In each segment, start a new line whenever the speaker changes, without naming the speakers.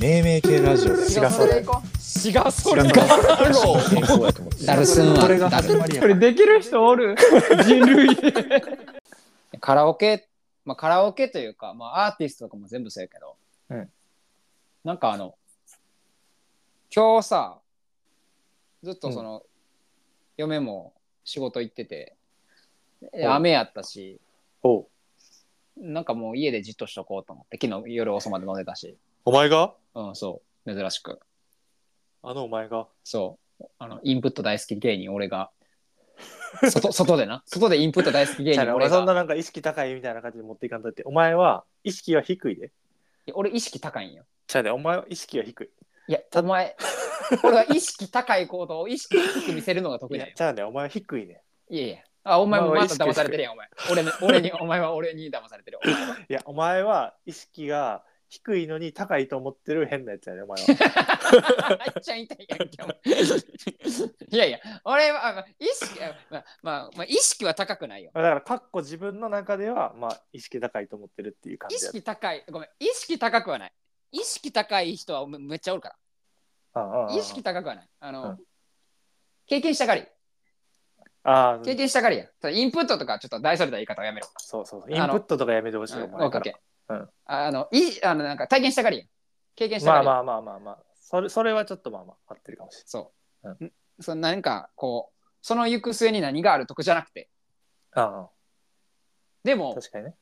命名系ラジオだよ
違うそれ行こ
違うそれ
違う
か
健康やと思って
ダルスン
これ
は
が
ダル
これできる人おる人類
カラオケ、まあ、カラオケというか、まあ、アーティストとかも全部そうやけど、
うん
なんかあの今日さずっとその、嫁も仕事行っててで
お
雨やったし
おう
なんかもう家でじっとしとこうと思って昨日夜遅まで飲んでたし
お前が
うんそう珍しく
あのお前が
そうあのインプット大好き芸人俺が外外でな外でインプット大好き芸
ちゃう
人
ね
俺
俺そんな
が
なんか意識高いみたいな感じで持っていかんとってお前は意識は低いで
いや俺意識高いんよ
ちゃうねお前は意識は低い
いや、お前、俺は意識高い行動を意識低く見せるのが得
い
意
や
だよ。
ちゃうねお前は低いね
いやいや。あ、お前も
お前は
ま
意
た
識
騙されてるやん、お前。俺の俺に、お前は俺に騙されてる。お前はい
やお前は意識が低いのに高いと思ってる変なやつやねお 前は
めっちゃ痛いやんけ、お 前。いやいや、俺は、あまあ意識、あまあ、まあ、まあ、意識は高くないよ。
だからかっこ自分の中ではまあ意識高いと思ってるっていう感
意
じやね
識高い、ごめん、意識高くはない。意識高い人はめめっちゃおるか
うんうんう
ら。
ん
意識高くはない。あの、
うん
経験したがり。
ああ
経験したがりや。それインプットとか、ちょっと大それた言い方はやめろ。
そうそうそうイ
あ
ン
の
プットとかやめてほしいお
うん、
前
オッ
か
ケーオッ
らう
ケー
ん
あのいあのなんか体験したがりやん経験したが
まあ
りやん、
まあまあまあまあそれそれはちょっとまあまあ合ってるかもしれ
そう、、
うん
そのなんかこうその行く末に何があるとかじゃなくて
ないあ
で
あ
も
確かにね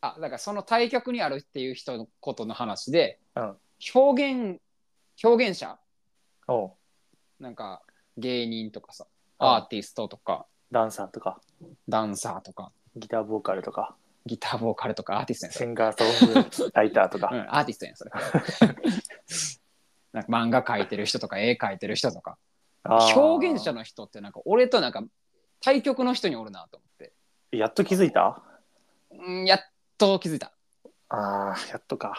あだからその対極にあるっていう人のことの話で、
うん
表現表現者
おう
なんか芸人とかさ
うん
アーティストとか、
ダンサーとか
ダンサーとか
ギターボーカルとか
ギターボーカルとかアーティストやんそ
シ
れ
ンガーソングライターと
う
か、
ん、アーティストやんそれ なんか漫画描いてる人とか絵描いてる人とか
あー
表現者の人ってなんか俺となんか対極の人におるなと思って
やっと気づいた
うんやっと気づいた、
ああやっとか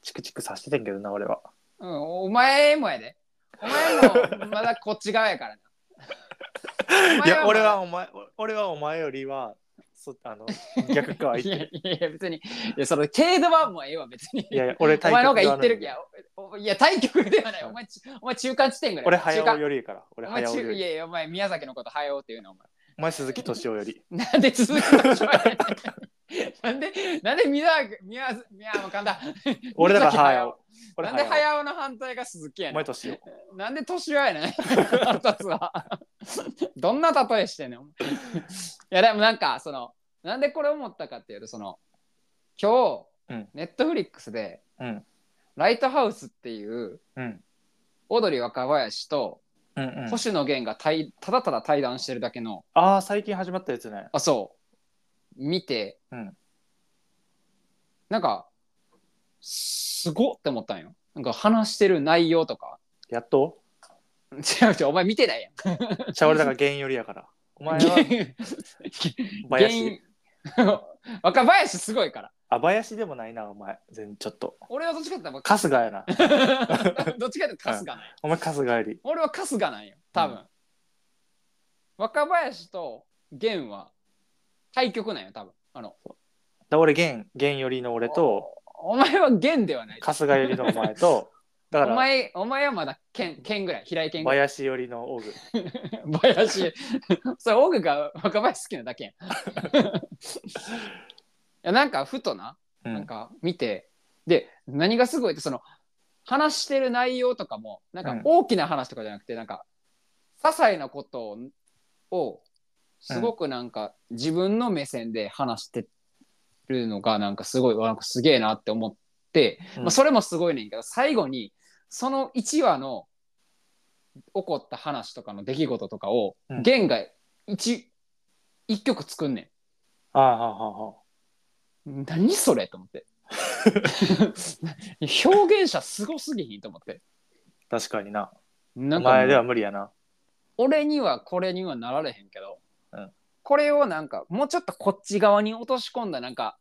チクチクさしててんけどな俺は
うん、お前もやでお前もまだこっち側やから なお
い
前
や俺は
ま
お前俺はお前よりはそあ の逆か
だ
はい言ってる
やいやいや別にいやその程度はもうええわ別に
いやいや俺
お
対
前の方
極で
が言
は
っ
な
て
い
るいやおいや対極ではないお前ちお前中間地点ぐらい
俺
中
早尾
間
よりやから俺
お前
早尾よ
中い
り
やいやお前宮崎のこと早おっていうのお前
お前鈴木敏夫より
なんで続きましょうやなんで、なんで宮崎、宮崎、宮崎、かんだ。
俺だから
宮崎
早尾俺
なんで
早尾
早尾の反対が鈴木や
お前
ねん。
敏夫
なんで年上やねん。 二つは。 どんな例えしてんねん。いや、でもなんか、その、なんでこれ思ったかっていうと、その、今
う
日、
ん
ネットフリックスで、
うん
ライトハウスっていう、
うん
オードリー若林と
うんうん
星野源が対ただただ対談してるだけの
ああ最近始まったやつね
あそう見て、
うん
なんかすごっって思ったんよなんか話してる内容とか
やっと
違う違うお前見てないやん
じゃあ俺だから原因よりやからお 前は
原
林
因 若林すごいから
あ林でもないなお前全ちょっと
俺はどっちかって言ったら
春日やな
どっちかって言ったら春日なんよ
お前春日より
俺は春日なんよ多分、
う
若林と源は対局なんよ多分あの
だ俺源源よりの俺と
お前は源ではない
春日よりのお前 とだか
お
ら
前お前はまだ剣剣ぐらい平井剣ぐらい
林寄りのオグ
林 それオグが若林好きなだけやんい やなんかふとな
うん
なんか見て、で何がすごいってその話してる内容とかもなん
う
か
ん
大きな話とかじゃなくて、なんか些細なことををすごくなんか自分の目線で話してるのがなんかすごいわなんかすげえなって思って、
うん
まあ、それもすごいねんけど最後にその1話の起こった話とかの出来事とかを、
うん
ゲンが 1, 一曲作んねん。
ああはあはあはあ
何それと思って表現者すごすぎひんと思って
確かにな
な
お
んか
前では無理やな
俺にはこれにはなられへんけど、
うん
これをなんかもうちょっとこっち側に落とし込んだなんか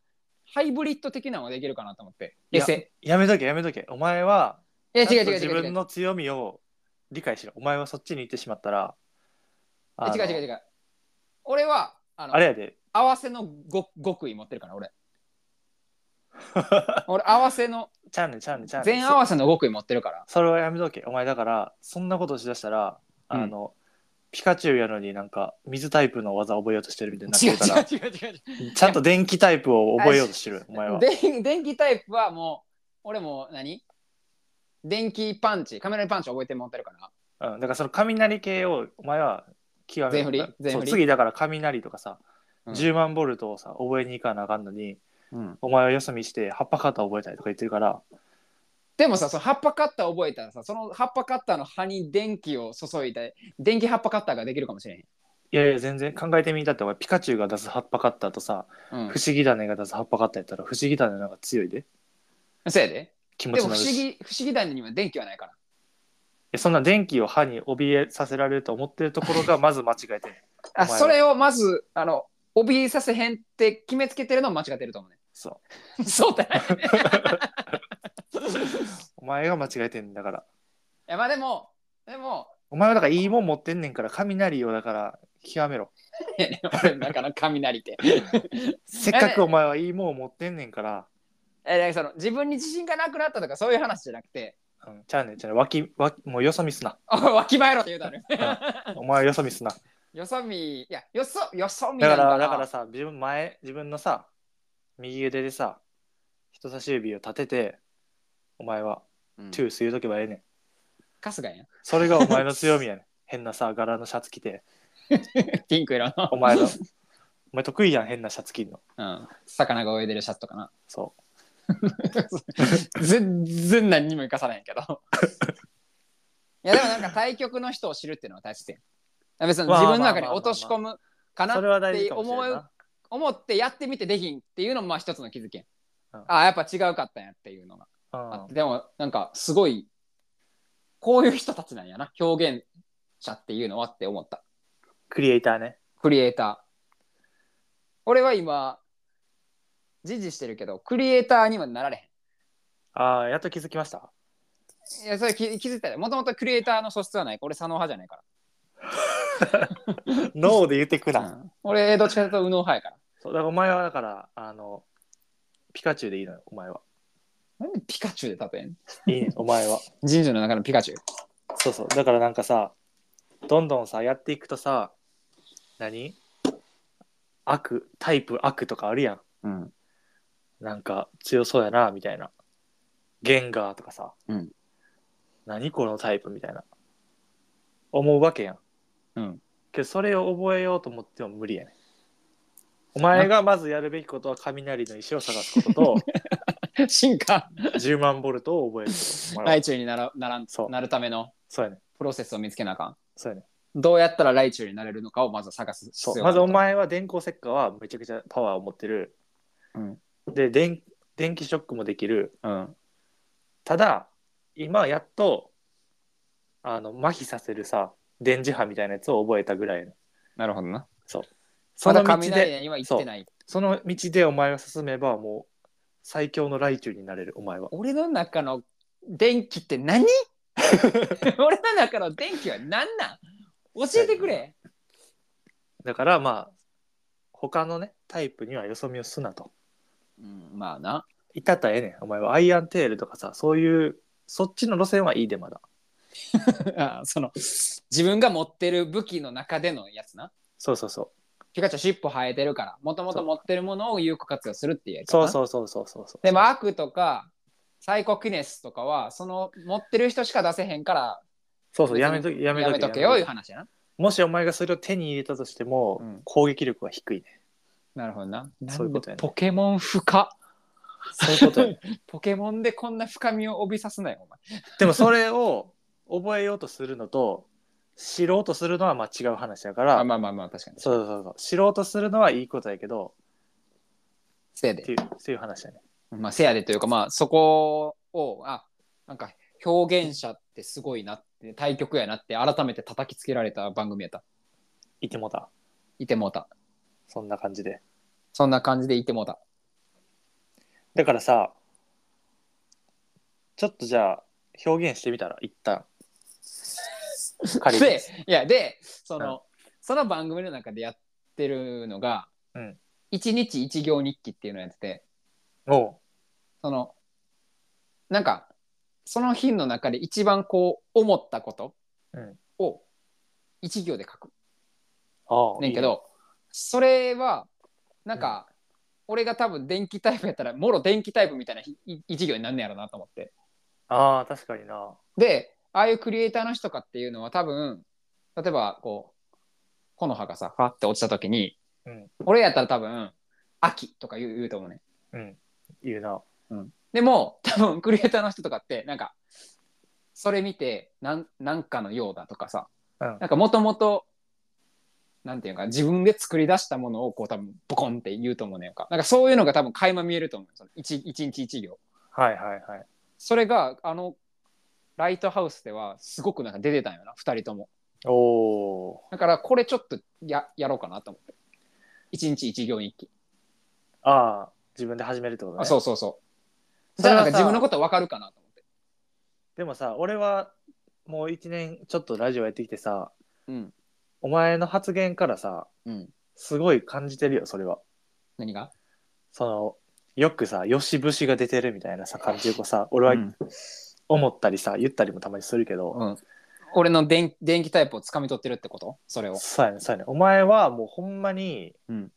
ハイブリッド的なのができるかなと思って
い
エ
や
セ
やめとけやめとけお前はい
や
ち
違
ゃ
うん
と
違う
自
違う違
分
う
の強みを理解しろお前はそっちに行ってしまったらあの
違う違う違う俺はあの
あれやで
合わせのご極意持ってるから俺俺合わせの
ちゃうねんちゃうねんちゃうねん
全合わせの極意持ってるから
それはやめとけお前だからそんなことしだしたらあの、ピカチュウやのになんか水タイプの技覚えようとしてるみたいになって
違う違
るから
う違う違う
ちゃんと電気タイプを覚えようとしてるお前は
電電気タイプはもう俺も何電気パンチカメラにパンチ覚えて持ってるから
うん、だからその雷系をお前は極め
全振り
そう
全振り
次だから雷とかさ、
うん
10万ボルトをさ覚えに行かなあかんのに
うん、
お前はよそ見して葉っぱ肩覚えたりとか言ってるから
でもさその葉っぱカッター覚えたらさその葉っぱカッターの葉に電気を注いで電気葉っぱカッターができるかもしれへん
いやいや全然考えてみたってお前ピカチュウが出す葉っぱカッターとさ、
うん
不思議種が出す葉っぱカッターやったら不思議種の方が強いで
そうやで
気持
で
ち
も
の
不
る
思
しい
議不思議団には電気はないから
やそんな電気を歯に怯えさせられると思ってるところがまず間違えてる
あ
お前は
それをまずあの怯えさせへんって決めつけてるのは間違ってると思うね
そう
そうだね
お前が間違えてんだから
いやまあでもでも
お前はだからいいもん持ってんねんから雷をだから極めろ
いやね俺だから雷って
せっかくお前はいいもんを持ってんねんから
えなんかその自分に自信がなくなったとかそういう話じゃなくて、
うん、ちゃうねんちゃうねんわきわきもうよそ見すな
おい わきまえろって言うたね。
お前はよそ見す な
よそ見、いや、よそ、よそ見
だ
な
か
んだな
らだからさ自分前自分のさ右腕でさ人差し指を立ててお前は
うん、
トゥース言うとけばええねん
春日やん。
それがお前の強みやねん変なさ柄のシャツ着て
ピンク色の。
お前の お前得意やん変なシャツ着んの
うん。魚が泳いでるシャツとかな。
そ
全然何にも生かさないんやけど。 いや、でもなんか対局の人を知るっていうのは大切やん。別に
まあ
自分の中に
まあまあまあまあ
落とし込むか
う
な
それは
っ
大事
て
かもしれ
思
ないう
思ってやってみてできんっていうのもまあ一つの気づきやん。
うん
ああ、やっぱ違うかったんやっていうのが。あ
な、
っ
う
てでもなんかすごいこういう人たちなんやな表現者っていうのはって思った
ん、クリエイターね
クリエイター俺は今自治してるけどクリエイターにはなられ
ああやっと気づきました
へんいやそれ気気づいたよもともとクリエイターの素質はない俺左脳派じゃないか
脳で言ってくな、
ら、うん俺どっちかというと右脳派やから
そうだからお前はだからあのピカチュウでいいのよお前は
なんでピカチュウで例えん
いいねお前は
人類の中のピカチュウ
そうそうだからなんかさどんどんさやっていくとさ何悪タイプ悪とかあるやん
うん
なんか強そうやなみたいなゲンガーとかさ、
うん
何このタイプみたいな思うわけやん
うん
けどそれを覚えようと思っても無理やねんお前がまずやるべきことは雷の石を探すこと
進化
と10万ボルトを覚えることお前
ラ
は
イチュウにならならん
そう
なるための
そうやねん
プロセスを見つけなあかん
そうやねん
どうやったらライチュウになれるのかをまず探す必
そ
要
う
が
ま
ある
ず
と
お前は電光石火はめちゃくちゃパワーを持ってる、
うん
で電電気ショックもできる
うん
ただ今やっとあの麻痺させるさ電磁波みたいなやつを覚えたぐらいの
なるほどな
そ
まだ
の道
雷
で
には行ってない。
その道でお前が進めばもう最強の雷中になれるお前は
俺の中の電気って何 俺の中の電気は何なん教えてくれ。
だからまあ他のねタイプにはよそ見をすなと
うん、まあな。
いたったらええねんお前はアイアンテールとかさそういうそっちの路線はいいでまだ
あその自分が持ってる武器の中でのやつな。
そうそうそう
ピカチュウ尻尾生えてるから、もともと持ってるものを有効活用するっていうやり方
そ
な
うそうそうそうそうそう
でも悪とかサイコキネスとかは、その持ってる人しか出せへんから、
そうそう、やめとけ、やめ
や
と
め
け。
とけよいう話やな。
もしお前がそれを手に入れたとしても、
うん
攻撃力は低いね。
なるほどな。
そういうこと
な
や
ん
ね
でポケモン深。
そういうことや
ポケモンでこんな深みを帯びさすなよ、お前。
でもそれを覚えようとするのと、知ろうとするのはまあ違う話だから、
あまあまあまあ確かに。
そうそうそう、知ろうとするのはいいことやけど、
せや
って
で。
いう、っていう話やね。
まあせやでというかまあそこをあなんか表現者ってすごいなって対局やなって改めて叩きつけられた番組やった。
いてもた。
いてもうた。
そんな感じで。
そんな感じでいてもうた。
だからさ、ちょっとじゃあ、表現してみたら、一旦。仮に
でいやでその、その番組の中でやってるのが、
うん
一日一行日記っていうのをやってて
も
そのなんかその日の中で一番こう思ったこと
うん
を一行で書く
ああ
ねんけど、それはなんか、俺が多分電気タイプやったらもろ電気タイプみたいなひい一行になんねやろなと思って。
ああ確かにな
でああいうクリエイターの人とかっていうのは多分例えばこう木の葉がさファって落ちた時に、
うん
俺やったら多分「秋」とか言う言うと思うね
うん言うな
でも多分クリエイターの人とかってなんかそれ見てなんなんかのようだとかさ
うん
なんかもともとなんていうか自分で作り出したものをこう多分ボコンって言うと思うねんかなんかそういうのが多分垣間見えると思うその一一日一行
はいはいはい
それがあのライトハウスではすごくなんか出てたんよな2人とも
おお
だからこれちょっとややろうかなと思って。一日一行日記。
ーああ自分で始めるってことね
あ、そうそうそう。
そ
じ
れ
ゃあ
は
な
さ
んか自分のことわかるかなと思って。
でもさ俺はもう1年ちょっとラジオやってきてさ
うん。
お前の発言からさ
うん。
すごい感じてるよそれは
何が
そのよくさよしぶしが出てるみたいなさ感じをさ俺は
うん
思ったりさ、言ったりもたまにするけど、
うん。俺の電電気タイプをつかみ取ってるってことそ れを。
そうやねそうやねお前はもうほんまに、
うん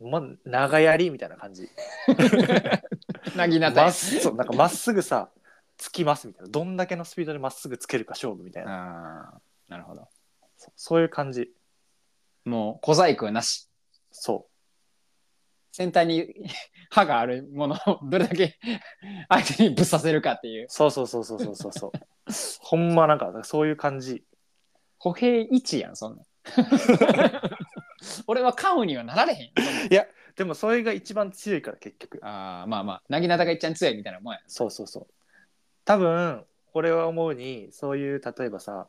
ま、長槍みたいな感じ
なぎな
ま
た
っすそうなんかまっすぐさつきますみたいなどんだけのスピードでまっすぐつけるか勝負みたいな、
あーなるほど。
そそういう感じ
もう小細工はなし。
そ
先端に 歯があるものをどれだけ 相手にぶっ刺せるかっていう
う。そうそうそうそうそうそうそうほんまなんかそういう感じ
歩兵一やん、 そんなん。俺はカウにはなられへんよ。そんなん
でもそれが一番強いから結局
あーまあまあ、なぎなたがいっちゃん強いみたいなもんや。
そうそうそう多分俺は思うにそういう例えばさ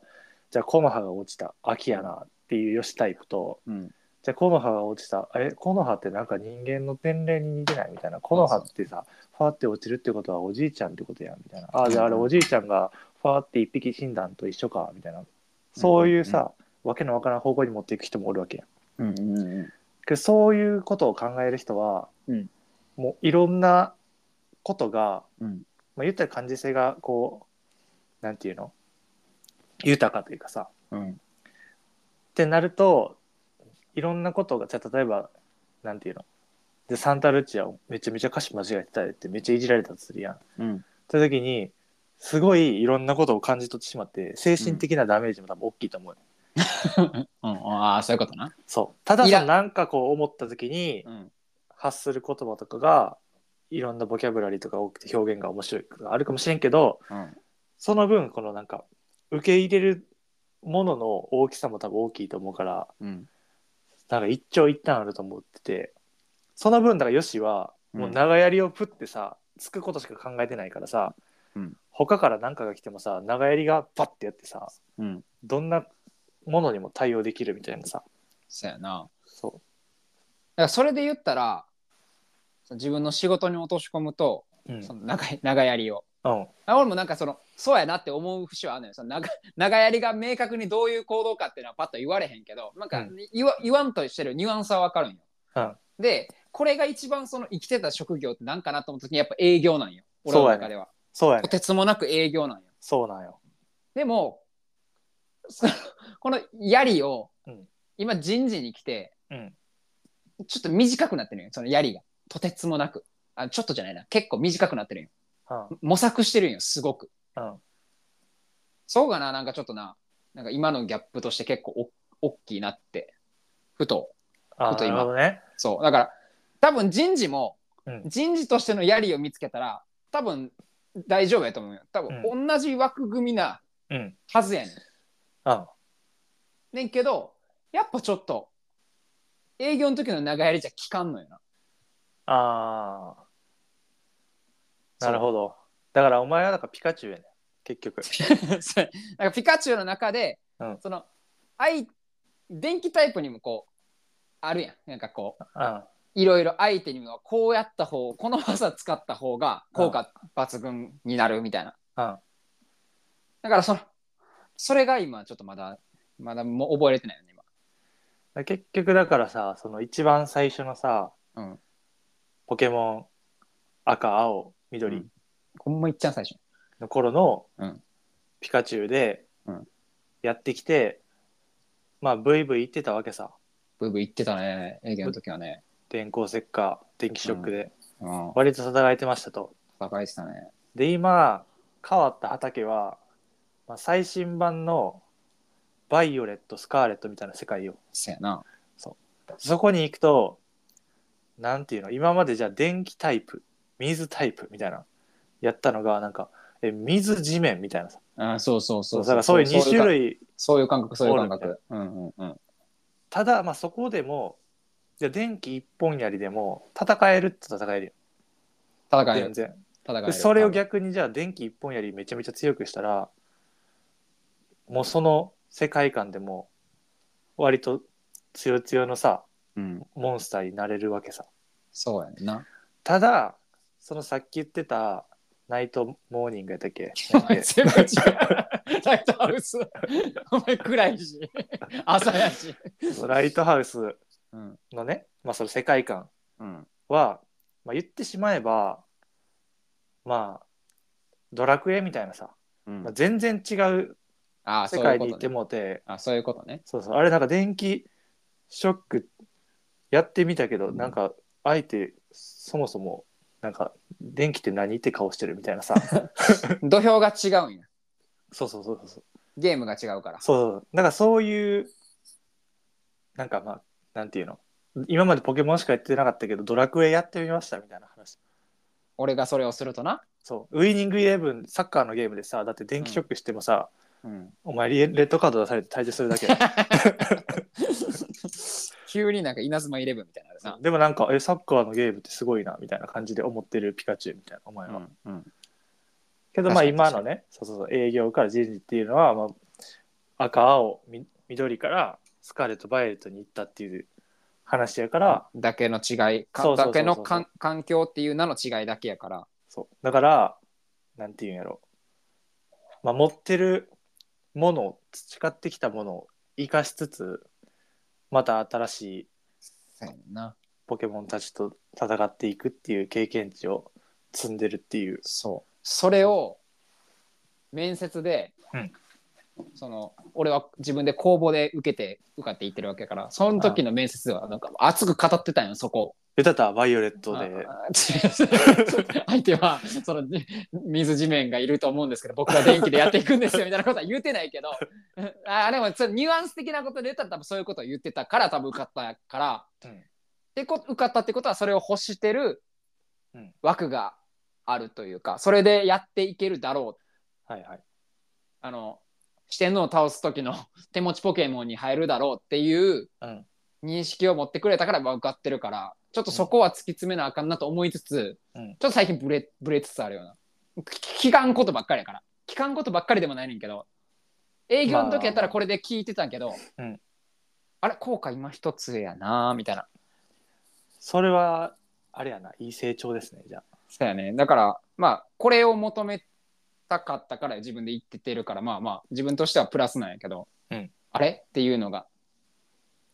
じゃあコノハが落ちた秋やなっていうよしタイプと、
うん。
じゃあ、コノハが落ちた。え、コノハってなんか人間の天霊に似てないみたいな。コノハってさ、ファーって落ちるってことはおじいちゃんってことやんみたいな。あ、じゃああれおじいちゃんがファーって一匹死んだんと一緒かみたいな。そういうさ、わけのわからん方向に持っていく人もおるわけやん。
うんうんうん
けどそういうことを考える人は、
うん
もういろんなことが、
うん
まあ、言ったら感受性がこう、なんていうの豊かというかさ、
うん
ってなるといろんなことがじゃあ例えばなんていうのでサンタルチアをめちゃめちゃ歌詞間違えてたりってめっちゃいじられたとするやん。
うん
という時にすごいいろんなことを感じ取ってしまって精神的なダメージも多分大きいと思うよ、
ああそういうことな。
そうただ
い
さ
や
なんかこう思った時に
うん
発する言葉とかがいろんなボキャブラリーとか多くて表現が面白いことがあるかもしれんけど
うん
その分このなんか受け入れるものの大きさも多分大きいと思うから
うん
なんか一長一短あると思っててその分だからよしはもう長槍をプってさ、つくことしか考えてないからさ、
うん
他から何かが来てもさ長槍がパッてやってさ
うん。
どんなものにも対応できるみたいなさ
そうやな。
そ
だからそれで言ったらその自分の仕事に落とし込むと
う、うん
その長い長槍を。
うん、
あ俺もなんかそのそうやなって思う節はあるのよその長長槍が明確にどういう行動かっていうのはパッと言われへんけどなんか
う
言わ,、言わんとしてるニュアンスは分かるんよ。
うん
でこれが一番その生きてた職業って何かなと思った時にやっぱ営業なんよ俺の中では。
そうや
と
ね
てつもなく営業なんよ。
そうなんよ
でも、そこの槍を、
うん
今人事に来て、
うん
ちょっと短くなってるんよ、その槍が。とてつもなく。あちょっとじゃないな。結構短くなってるんよ。
うん
模索してるんよ、すごく。
うん
そうかな、なんかちょっとな、なんか今のギャップとして結構お大きいなって、ふと。
あ
ちょっと
な
今
るほどね
そう。だから、多分人事も、
うん
人事としての槍を見つけたら、多分大丈夫やと思うよ。多
う
分同じ枠組みな
うん
はずやねん。
うん
ねんけど、やっぱちょっと、営業の時の長槍じゃ効かんのよ な。
あーなるほどだからお前はなんかピカチュウやね結 局
そうなんかピカチュウの中で、
うん
その、相、電気タイプにもこう、あるやん。なんかこう、
うん
いろいろ相手にもこうやった方、この技使った方が効果抜群になるみたいな。
うん
だからその、それが今ちょっとまだ、まだもう覚えれてないよね、今。
結局だからさその一番最初のさ、
うん
ポケモン赤青緑
ほんまいっちゃん最初。
の頃の
うん
ピカチュウで
うん
やってきて、まあブイブイ言ってたわけさ
ブイブイ言ってたね、営業の時はね。
電光石火電気ショックで、
うん。
割と戦えてましたと。
戦えてたね。
で今変わった畑は、まあ、最新版のバイオレットスカーレットみたいな世界よ
そやな。
そこに行くとなんていうの今までじゃあ電気タイプ水タイプみたいなやったのがなんかえ水地面みたいなさ
あそうそうそ
そう
う。
だからそういう2種。類
そういう感覚、そういう感
お
覚。うんうんうん。
ただ、まあ、そこでもじゃあ電気一本やりでも戦えるって戦えるよ
戦え
全
る。
然
戦え
で
る。
それを逆にじゃあ電気一本やりめちゃめちゃ強くしたらもうその世界観でも割と強強のさ
うん。
モンスターになれるわけさ
そうやねんな。
ただそのさっき言ってたナイトモーニングやったっ け
お前全部違う。 ライトハウス。お前暗いし、 朝やし。
ライトハウス
うん。
のね、まあ、その世界観
うん。
は、まあ、言ってしまえばまあドラクエみたいなさ、
うん
まあ、全然違う
ああ、
世
そうい
界
うこ
に行
と
って
ね。
もうて
あそういうことね。
そうそうあれなんか電気ショックやってみたけど、なんか相手そもそもなんか電気って何って顔してるみたいなさ
土俵が違うんや。
そうそうそうそうそう
ゲームが違うから。
そうなんかそういうなんかまあなんていうの今までポケモンしかやってなかったけどドラクエやってみましたみたいな話
俺がそれをするとな。
そうウイニングイレブンサッカーのゲームでさだって電気ショックしてもさ、
うん。
お前レレッドカード出されて退場するだけ
急になんか稲妻イレブンみたいなの あ
でもなんかえサッカーのゲームってすごいなみたいな感じで思ってるピカチュウみたいなお前
る
は、
な。うん。うん。
けどまあ
確か
今
に
のねそうそうそう営業から人事っていうのは、まあ、赤青み緑からスカーレット・バイオレットに行ったっていう話やから、
だけの違
そ
いか
うそうそうそう
だけのかん環境っていう名の違いだけやから
そうだからなんていうんやろ、まあ、持ってるものを培ってきたものを生かしつつまた新しい
そうやねんな
ポケモンたちと戦っていくっていう経験値を積んでるっていう
そうそれを面接で、
うん
その俺は自分で公募で受けて受かっていってるわけやからその時の面接ではなんか熱く語ってたんよそこ
歌ったバイオレットで
ああ違う 相手はその水地面がいると思うんですけど僕は電気でやっていくんです よみたいなことは言うてないけど あでもそのニュアンス的なことで言ったら多分そういうことを言ってたから多分受かったから、
うん
でこ受かったってことはそれを欲してる
うん
枠があるというかそれでやっていけるだろう
はいはい
あの四天王を倒す時の手持ちポケモンに入るだろうっていう
うん
認識を持ってくれたからまあ受かってるからちょっとそこは突き詰めなあかんなと思いつつ、
うん
ちょっと最近ブレブレつつあるようなき聞かんことばっかりやから聞かんことばっかりでもないねんけど営業の時やったらこれで聞いてたけど、
うん
あれ効果今一つやなみたいな
それはあれやないい成長ですねじゃあ
そうやねだからまあこれを求めたかったから自分で言っててるからまあまあ自分としてはプラスなんやけど、
うん
あれっていうのが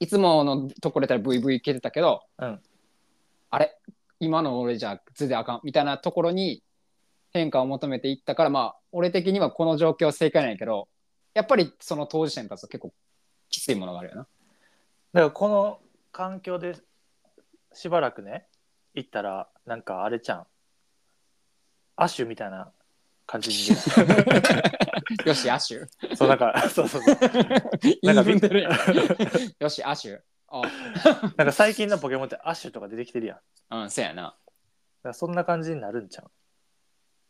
いつものところやったら VV いけてたけど、
うん
あれ今の俺じゃ全然あかんみたいなところに変化を求めていったからまあ俺的にはこの状況は正解なんやけどやっぱりその当事者に立つと結構きついものが あるよな。
だからこの環境でしばらくね行ったらなんかあれちゃんアッシュみたいな感じに見
よし、アシュ。
える そうなんかそうそうそう
言い
なんかび
分
っ
でるやん。よし、アシュ。あ
なんか最近のポケモンってアッシュとか出てきてるやんだか
うん、そうやな。
らそんな感じになるんちゃう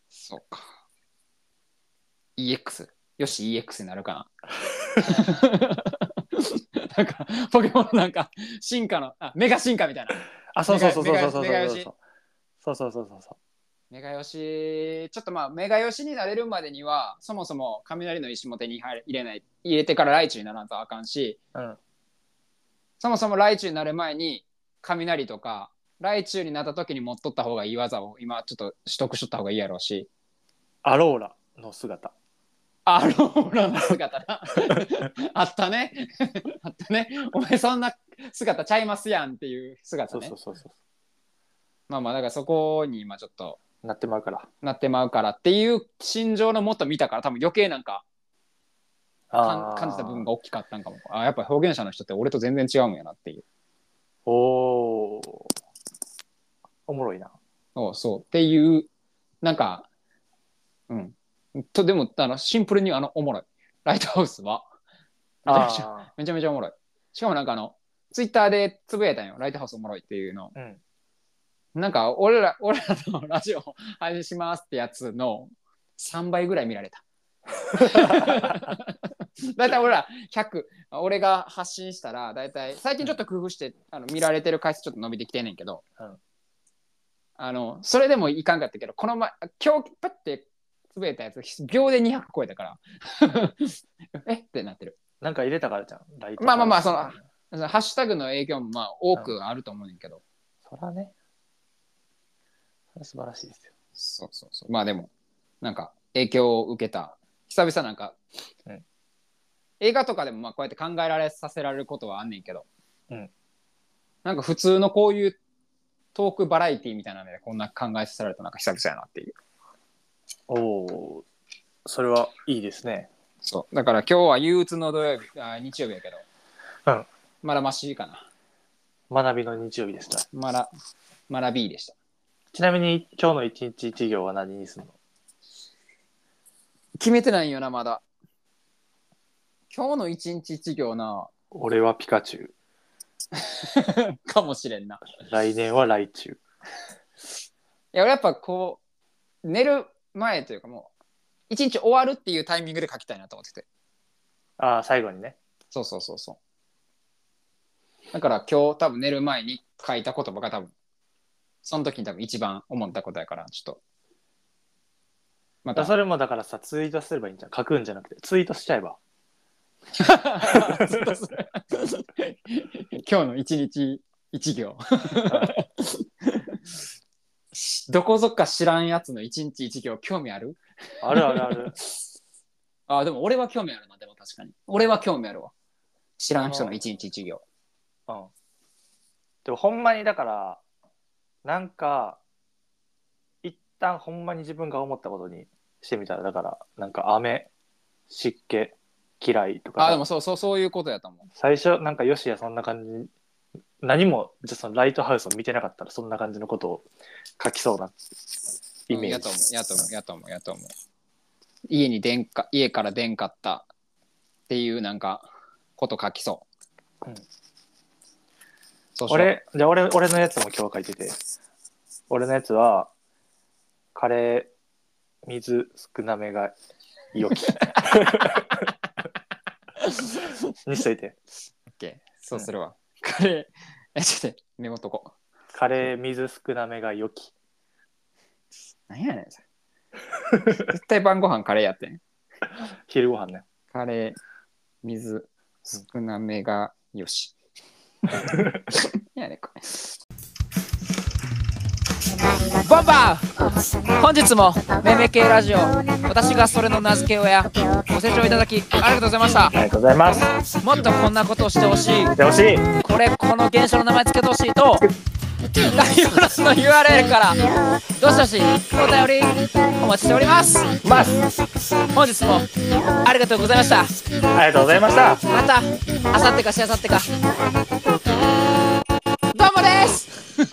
そうか。EX。よし、EX になるかな。 なんか、ポケモンのなんか、進化の、あ、メガ進化みたいな。
あそうそうそうそう
メ
そう
ガ
そう
メガヨシ
そうそうそうそうそうそう
メガヨシ、ちょっとまあ、メガヨシになれるまでには、そもそも雷の石も手に入れ入れない、入れてからライチュウにならんとあかんし、
うん
そもそもライチュウになる前に、雷とか、ライチュウになった時に持っとった方がいい技を今ちょっと取得しとった方がいいやろうし、
アローラの姿
アローラの姿 な。あったね。あったね。お前そんな姿ちゃいますやんっていう姿
そう
ね。
そうそうそう
まあまあだからそこに今ちょっと
なってまうから。
なってまうからっていう心情のもっと見たから多分余計なんかかん感じた部分
が。
が大きかったんかもあやっぱ表現者の人って俺と全然違うんやなっていう
おお。おもろいな。
そうそうっていうなんかうんとでもあのシンプルにあのおもろいライトハウスはめちゃめちゃ
あ
めちゃめちゃおもろいしかもなんかあのツイッターでつぶやいたんよライトハウスおもろいっていうの
ー。うん。
なんか俺ら俺らのラジオ配信しますってやつの3倍ぐらい見られた。 だいたい俺ら100俺が発信したらだいたい最近ちょっと工夫して、あの見られてる回数ちょっと伸びてきてんねんけど、
うん
あのそれでもいかんかったけどこの前今日パッてつぶやいたやつ秒で200超えたから えってなってる
なんか入れたからじゃん。ライト
まあまあまあその。そのハッシュタグの影響もまあ多くあると思うねんけど、
そらね。そら素晴らしいですよ。
そうそうそう。まあでも、なんか影響を受けた。久々なんか、
うん
映画とかでもまあこうやって考えられさせられることはあんねんけど、
うん
なんか普通のこういうトークバラエティみたいなのでこんな考えさせられたのなんか久々やなっていう。
おお。それはいいですね。
そう。だから今日は憂鬱の土曜日、あ日曜日やけど、
うん
まだマシかな。
学びの日曜日ですね。
まだ、まだ B でした。
ちなみに今日の一日一行は何にするの
決めてないよな、まだ。今日の一日一行な、
俺はピカチュウ。
かもしれんな。
来年は来中。
いや俺やっぱこう寝る前というかもう一日終わるっていうタイミングで書きたいなと思ってて
ああ、最後にね。
そうそうそうそうだから今日多分寝る前に書いた言葉が多分その時に多分一番思ったことやからちょっとまた
だそれもだからさ、ツイートすればいいんじゃん。書くんじゃなくて、ツイートしちゃえば。
ず っとそれ今日の一日一行 どこぞか知らんやつの一日一行興味ある
あるあるある。
あでも俺は興味あるな、でも確かに。俺は興味あるわ。知らん人の一日一行。
うん。でもほんまにだから、なんか、一旦ほんまに自分が思ったことにしてみたら、だから、なんか雨、湿気、嫌いとかさ。
あでもそうそうそういうことやと思う。
最初なんかよしやそんな感じ何もじゃあそのライトハウスを見てなかったらそんな感じのことを書きそうなイ
うん
メ
や
ー
と
ジ、
思う、やと思う、やと思う、やと思う。家に出んか、家から出んかったっていうなんかこと書きそう。
うん
そうしよう
俺じゃあ俺俺のやつも今日書いてて俺のやつはカレー水少なめが良 きにしといて
OK そうするわ。カレー、え、ちょっと待ってメモっとこう。
カレー水少なめが良き
何やねん、そ れ。絶対晩ご飯カレーやってん。
昼ご飯ね
カレー、水、少なめがよ し。いやねこれ
ボンバー本日もめめ系ラジオ私がそれの名付け親
ご清聴いただきありがとうございました
ありがとうございます
もっとこんなことをしてほしい
でほしい
これこの現象の名前つけてほしいと概要欄の URL からどしどしお便りお待ちしております本日もありがとうございました
ありがとうございました
またあさってかしあさってかどうもです